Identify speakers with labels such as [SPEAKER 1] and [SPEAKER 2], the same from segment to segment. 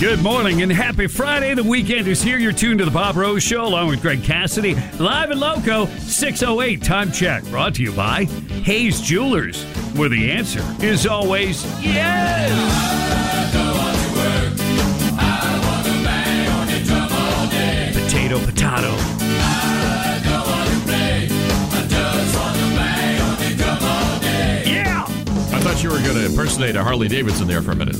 [SPEAKER 1] Good morning and happy Friday. The weekend is here. You're tuned to the Bob Rose Show along with Greg Cassidy. Live in Loco, 608 Time Check. Brought to you by Hayes Jewelers, where the answer is always yes. Potato, potato. Yeah!
[SPEAKER 2] I thought you were going to impersonate a Harley Davidson there for a minute.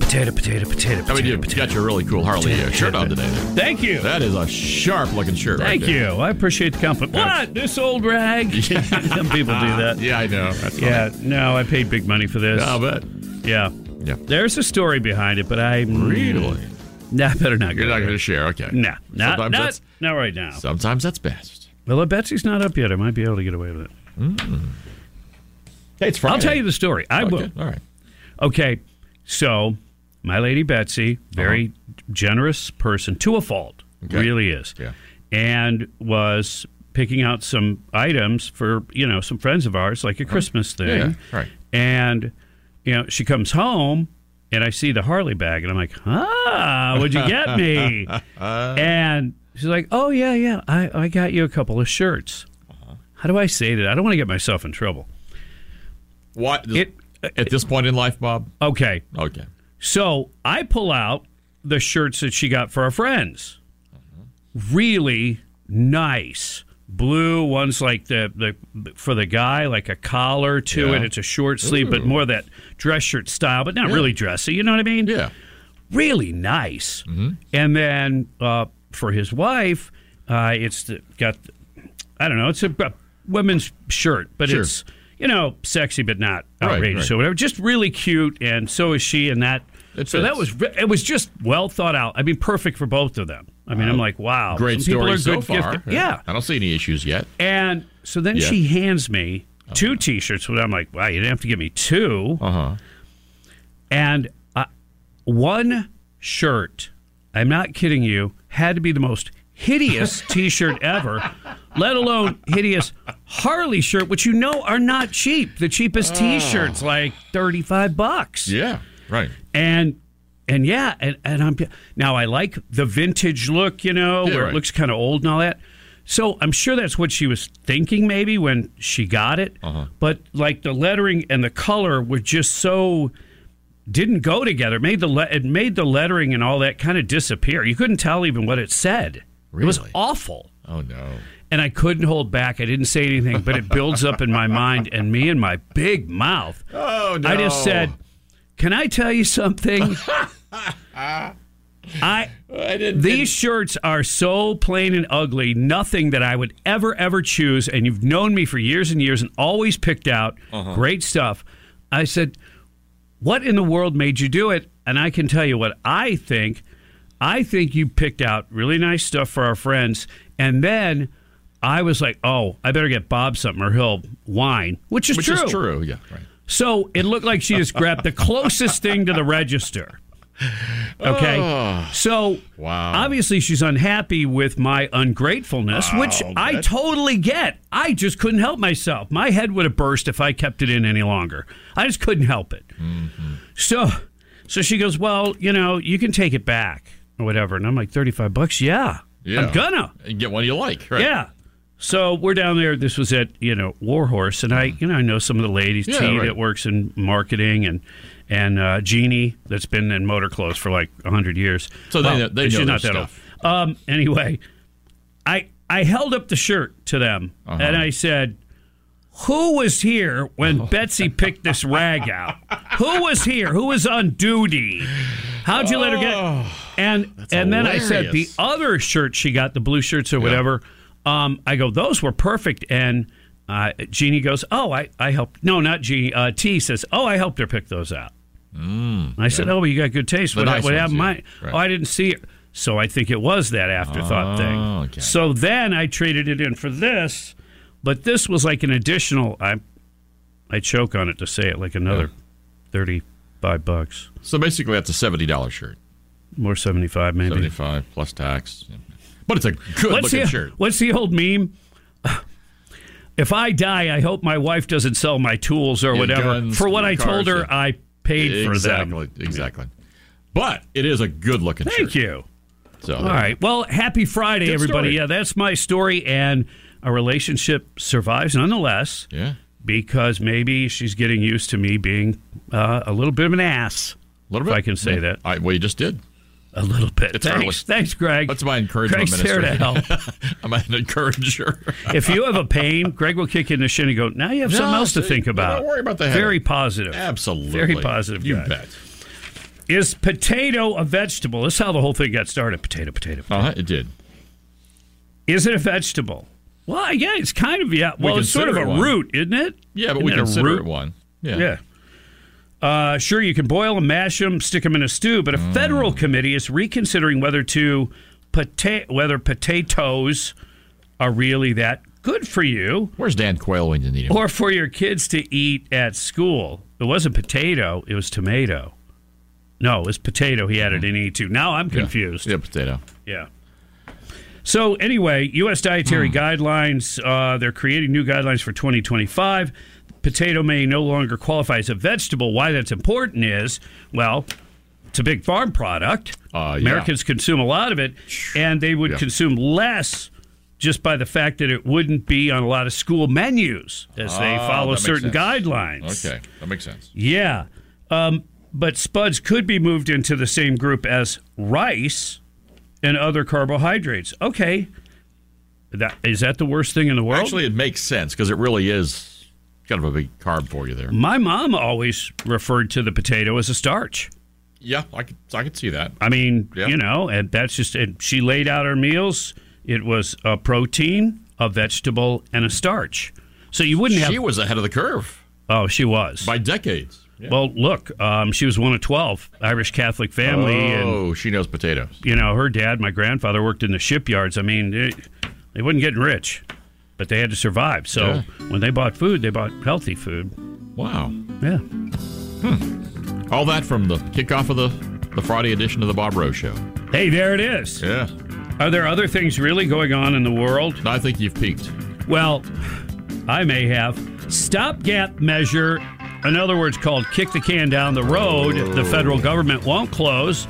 [SPEAKER 1] Potato, potato, potato, potato.
[SPEAKER 2] I mean, you got your really cool Harley uh, shirt on today. There.
[SPEAKER 1] Thank you.
[SPEAKER 2] That is a sharp looking shirt. right
[SPEAKER 1] Thank
[SPEAKER 2] there.
[SPEAKER 1] you. I appreciate the compliment. What? This old rag? Some people do that.
[SPEAKER 2] Yeah, I know. That's
[SPEAKER 1] Yeah, no, I paid big money for this.
[SPEAKER 2] funny. I'll bet.
[SPEAKER 1] yeah.
[SPEAKER 2] Yeah.
[SPEAKER 1] There's a story behind it, but I Nah, I better not.
[SPEAKER 2] You're
[SPEAKER 1] go
[SPEAKER 2] not
[SPEAKER 1] there.
[SPEAKER 2] going to share. Okay.
[SPEAKER 1] Nah, not not,
[SPEAKER 2] Sometimes that's-
[SPEAKER 1] not right now.
[SPEAKER 2] Sometimes that's best.
[SPEAKER 1] Well, Betsy's not up yet. I might be able to get away with it.
[SPEAKER 2] Hey, it's Friday.
[SPEAKER 1] I'll tell you the story. I
[SPEAKER 2] Okay,
[SPEAKER 1] will.
[SPEAKER 2] All right.
[SPEAKER 1] Okay, so my lady Betsy, very generous person to a fault,
[SPEAKER 2] Uh-huh. Okay.
[SPEAKER 1] really is,
[SPEAKER 2] Yeah.
[SPEAKER 1] and was picking out some items for you know some friends of ours, like a Christmas thing,
[SPEAKER 2] Uh-huh. Yeah, right.
[SPEAKER 1] And you know she comes home. And I see the Harley bag, and I'm like, "Ah, what'd you get me?" and she's like, "Oh yeah, yeah, I, I got you a couple of shirts."
[SPEAKER 2] Uh-huh.
[SPEAKER 1] How do I say that? I don't want to get myself in trouble.
[SPEAKER 2] What?
[SPEAKER 1] It- uh,
[SPEAKER 2] at this point in life, Bob?
[SPEAKER 1] Okay,
[SPEAKER 2] Okay.
[SPEAKER 1] So I pull out the shirts that she got for our friends. Really nice. Blue one's like the, the for the guy, like a collar to
[SPEAKER 2] Yeah.
[SPEAKER 1] it. It's a short sleeve, but
[SPEAKER 2] Ooh.
[SPEAKER 1] more that dress shirt style, but not really dressy. You know what I mean?
[SPEAKER 2] Yeah.
[SPEAKER 1] Really nice.
[SPEAKER 2] Mm-hmm.
[SPEAKER 1] And then uh, for his wife, uh, it's the, got I don't know. It's a, a women's shirt, but
[SPEAKER 2] Sure.
[SPEAKER 1] it's you know sexy, but not
[SPEAKER 2] Right,
[SPEAKER 1] outrageous
[SPEAKER 2] right.
[SPEAKER 1] or whatever. Just really cute, and so is she. And that
[SPEAKER 2] It
[SPEAKER 1] so that
[SPEAKER 2] fits.
[SPEAKER 1] was re- it was just well thought out. I mean, perfect for both of them. I mean, I'm like, wow,
[SPEAKER 2] Great
[SPEAKER 1] some people
[SPEAKER 2] story
[SPEAKER 1] are
[SPEAKER 2] so
[SPEAKER 1] good
[SPEAKER 2] far.
[SPEAKER 1] gifted- Yeah,
[SPEAKER 2] I don't see any issues yet.
[SPEAKER 1] and so then
[SPEAKER 2] Yeah.
[SPEAKER 1] she hands me 2 t-shirts, and I'm like, wow, you didn't have to give me two.
[SPEAKER 2] Uh huh.
[SPEAKER 1] And uh, one shirt, I'm not kidding you, had to be the most hideous t shirt ever, let alone hideous Harley shirt, which you know are not cheap. The cheapest t shirt's like 35 bucks.
[SPEAKER 2] Yeah. Right.
[SPEAKER 1] And and yeah, and, and I'm now I like the vintage look, you know,
[SPEAKER 2] Yeah,
[SPEAKER 1] where
[SPEAKER 2] right.
[SPEAKER 1] it looks kind of old and all that. So I'm sure that's what she was thinking maybe when she got it.
[SPEAKER 2] Uh-huh.
[SPEAKER 1] But like the lettering and the color were just so didn't go together. Made the le- it made the lettering and all that kind of disappear. You couldn't tell even what it said. It was
[SPEAKER 2] Really?
[SPEAKER 1] awful.
[SPEAKER 2] Oh, no.
[SPEAKER 1] And I couldn't hold back. I didn't say anything, but it builds up in my mind and me and my big mouth.
[SPEAKER 2] Oh, no.
[SPEAKER 1] I just said, "Can I tell you something?" I
[SPEAKER 2] I didn't.
[SPEAKER 1] these shirts are so plain and ugly, nothing that I would ever ever choose. And you've known me for years and years, and always picked out
[SPEAKER 2] Uh-huh.
[SPEAKER 1] great stuff. I said, "What in the world made you do it?" And I can tell you what I think. I think you picked out really nice stuff for our friends, and then. I was like, oh, I better get Bob something or he'll whine, which is
[SPEAKER 2] Which
[SPEAKER 1] true.
[SPEAKER 2] is true. Yeah. Right.
[SPEAKER 1] So it looked like she just grabbed the closest thing to the register. Okay. so
[SPEAKER 2] Oh. Wow.
[SPEAKER 1] obviously she's unhappy with my ungratefulness, which I totally get. I just couldn't help myself. My head would have burst if I kept it in any longer. I just couldn't help it.
[SPEAKER 2] Mm-hmm.
[SPEAKER 1] So so she goes, "Well, you know, you can take it back or whatever." And I'm like, "35 bucks? Yeah.
[SPEAKER 2] Yeah.
[SPEAKER 1] I'm gonna."
[SPEAKER 2] And get one you like. Right.
[SPEAKER 1] Yeah. So we're down there. This was at you know Warhorse, and I you know I know some of the ladies
[SPEAKER 2] Yeah,
[SPEAKER 1] T
[SPEAKER 2] right.
[SPEAKER 1] that works in marketing and and uh, Jeannie that's been in motor clothes for like hundred years.
[SPEAKER 2] So they know- they
[SPEAKER 1] she's
[SPEAKER 2] know
[SPEAKER 1] not
[SPEAKER 2] their
[SPEAKER 1] that old. Um, anyway, I I held up the shirt to them
[SPEAKER 2] Uh-huh.
[SPEAKER 1] and I said. Who was here when
[SPEAKER 2] Oh.
[SPEAKER 1] Betsy picked this rag out? Who was here? Who was on duty? How'd you let her get? it?" And and then I said the
[SPEAKER 2] Oh, hilarious.
[SPEAKER 1] other shirt she got, the blue shirts or whatever. Um, I go, those were perfect. And uh, Jeannie goes, oh, I I helped. No, not Jeannie. Uh, T says, oh, I helped her pick those out. Mm, I said, oh, well, you got good taste. What,
[SPEAKER 2] nice
[SPEAKER 1] what
[SPEAKER 2] ones,
[SPEAKER 1] happened?
[SPEAKER 2] yeah.
[SPEAKER 1] Mine?
[SPEAKER 2] Right. Oh,
[SPEAKER 1] Oh, I didn't see it. So I think it was that afterthought thing.
[SPEAKER 2] okay.
[SPEAKER 1] So then I traded it in for this, but this was like an additional. I I choke on it to say it like another thirty five bucks,
[SPEAKER 2] So basically, that's a seventy dollar shirt,
[SPEAKER 1] more seventy five maybe.
[SPEAKER 2] seventy five plus tax. But it's a good
[SPEAKER 1] What's
[SPEAKER 2] looking
[SPEAKER 1] the
[SPEAKER 2] shirt.
[SPEAKER 1] What's the old meme? If I die, I hope my wife doesn't sell my tools or
[SPEAKER 2] Your
[SPEAKER 1] whatever.
[SPEAKER 2] guns,
[SPEAKER 1] for what
[SPEAKER 2] your
[SPEAKER 1] I told
[SPEAKER 2] cars,
[SPEAKER 1] her,
[SPEAKER 2] yeah.
[SPEAKER 1] I paid for them.
[SPEAKER 2] exactly, exactly. But it is a good looking shirt.
[SPEAKER 1] Thank you.
[SPEAKER 2] So,
[SPEAKER 1] All right. Well, happy Friday,
[SPEAKER 2] Good
[SPEAKER 1] everybody.
[SPEAKER 2] story.
[SPEAKER 1] Yeah, that's my story, and a relationship survives nonetheless
[SPEAKER 2] Yeah.
[SPEAKER 1] because maybe she's getting used to me being uh, a little bit of an ass.
[SPEAKER 2] A little
[SPEAKER 1] If
[SPEAKER 2] bit.
[SPEAKER 1] I can say
[SPEAKER 2] Yeah.
[SPEAKER 1] that.
[SPEAKER 2] I, well, you just did.
[SPEAKER 1] A little bit.
[SPEAKER 2] It's
[SPEAKER 1] thanks,
[SPEAKER 2] early.
[SPEAKER 1] thanks, Greg.
[SPEAKER 2] That's my encouragement
[SPEAKER 1] Greg's here
[SPEAKER 2] minister.
[SPEAKER 1] to help.
[SPEAKER 2] I'm an encourager.
[SPEAKER 1] if you have a pain, Greg will kick you in the shin and go, now you have something
[SPEAKER 2] No,
[SPEAKER 1] else to
[SPEAKER 2] see,
[SPEAKER 1] think
[SPEAKER 2] don't
[SPEAKER 1] about.
[SPEAKER 2] worry about the
[SPEAKER 1] Very
[SPEAKER 2] headache.
[SPEAKER 1] positive.
[SPEAKER 2] Absolutely.
[SPEAKER 1] Very positive
[SPEAKER 2] You
[SPEAKER 1] guy.
[SPEAKER 2] bet.
[SPEAKER 1] Is potato a vegetable? This is how the whole thing got started. Potato, potato.
[SPEAKER 2] Uh huh. It did.
[SPEAKER 1] Is it a vegetable? Well, yeah, it's kind of, yeah. Well, it's sort of
[SPEAKER 2] consider
[SPEAKER 1] a
[SPEAKER 2] it one.
[SPEAKER 1] root, isn't it?
[SPEAKER 2] Yeah, but
[SPEAKER 1] Isn't
[SPEAKER 2] we
[SPEAKER 1] it a
[SPEAKER 2] consider
[SPEAKER 1] root?
[SPEAKER 2] it one. Yeah.
[SPEAKER 1] Yeah. Uh, sure, you can boil them, mash them, stick them in a stew, but a
[SPEAKER 2] Mm.
[SPEAKER 1] federal committee is reconsidering whether to pota- whether potatoes are really that good for you.
[SPEAKER 2] Where's Dan Quayle when you need him?
[SPEAKER 1] or for your kids to eat at school. It wasn't potato, it was tomato. No, it was potato he added in E2. Now I'm confused.
[SPEAKER 2] Yeah, potato.
[SPEAKER 1] Yeah. So anyway, U.S. dietary guidelines, uh, they're creating new guidelines for 2025. Potato may no longer qualify as a vegetable. Why that's important is, well, it's a big farm product.
[SPEAKER 2] Uh, yeah.
[SPEAKER 1] Americans consume a lot of it, and they would
[SPEAKER 2] Yeah.
[SPEAKER 1] consume less just by the fact that it wouldn't be on a lot of school menus as they
[SPEAKER 2] Ah,
[SPEAKER 1] follow
[SPEAKER 2] that makes
[SPEAKER 1] certain
[SPEAKER 2] sense.
[SPEAKER 1] guidelines.
[SPEAKER 2] Okay, that makes sense.
[SPEAKER 1] Yeah. Um, but spuds could be moved into the same group as rice and other carbohydrates. Okay. That is that the worst thing in the world?
[SPEAKER 2] Actually, it makes sense because it really is kind of a big carb for you there.
[SPEAKER 1] my mom always referred to the potato as a starch.
[SPEAKER 2] Yeah, I could, I could see that.
[SPEAKER 1] I mean,
[SPEAKER 2] Yeah.
[SPEAKER 1] you know, and that's just and she laid out her meals. It was a protein, a vegetable, and a starch. So you wouldn't
[SPEAKER 2] She
[SPEAKER 1] have
[SPEAKER 2] was ahead of the curve
[SPEAKER 1] Oh, she was.
[SPEAKER 2] by decades.
[SPEAKER 1] Well, look, um, she was one of 12 Irish Catholic family and
[SPEAKER 2] Oh, she knows potatoes.
[SPEAKER 1] you know, her dad, my grandfather worked in the shipyards. I mean, it, they wasn't getting rich, but they had to survive. So
[SPEAKER 2] Yeah.
[SPEAKER 1] when they bought food, they bought healthy food.
[SPEAKER 2] Wow.
[SPEAKER 1] Yeah.
[SPEAKER 2] All that from the kickoff of the, the Friday edition of the Bob Rose Show.
[SPEAKER 1] Hey, there it is.
[SPEAKER 2] Yeah.
[SPEAKER 1] Are there other things really going on in the world?
[SPEAKER 2] I think you've peaked.
[SPEAKER 1] Well, I may have. Stopgap measure, in other words, called kick the can down the road. The federal government won't close.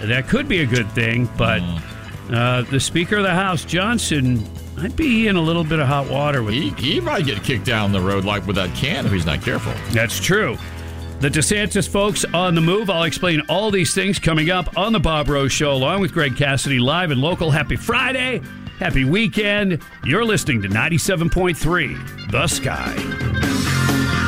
[SPEAKER 1] That could be a good thing, but uh, the Speaker of the House, Johnson, might be in a little bit of hot water with
[SPEAKER 2] He, he might get kicked down the road like with that can if he's not careful.
[SPEAKER 1] That's true. The DeSantis folks on the move. I'll explain all these things coming up on the Bob Rose Show, along with Greg Cassidy, live and local. Happy Friday. Happy weekend. You're listening to 97.3 The Sky.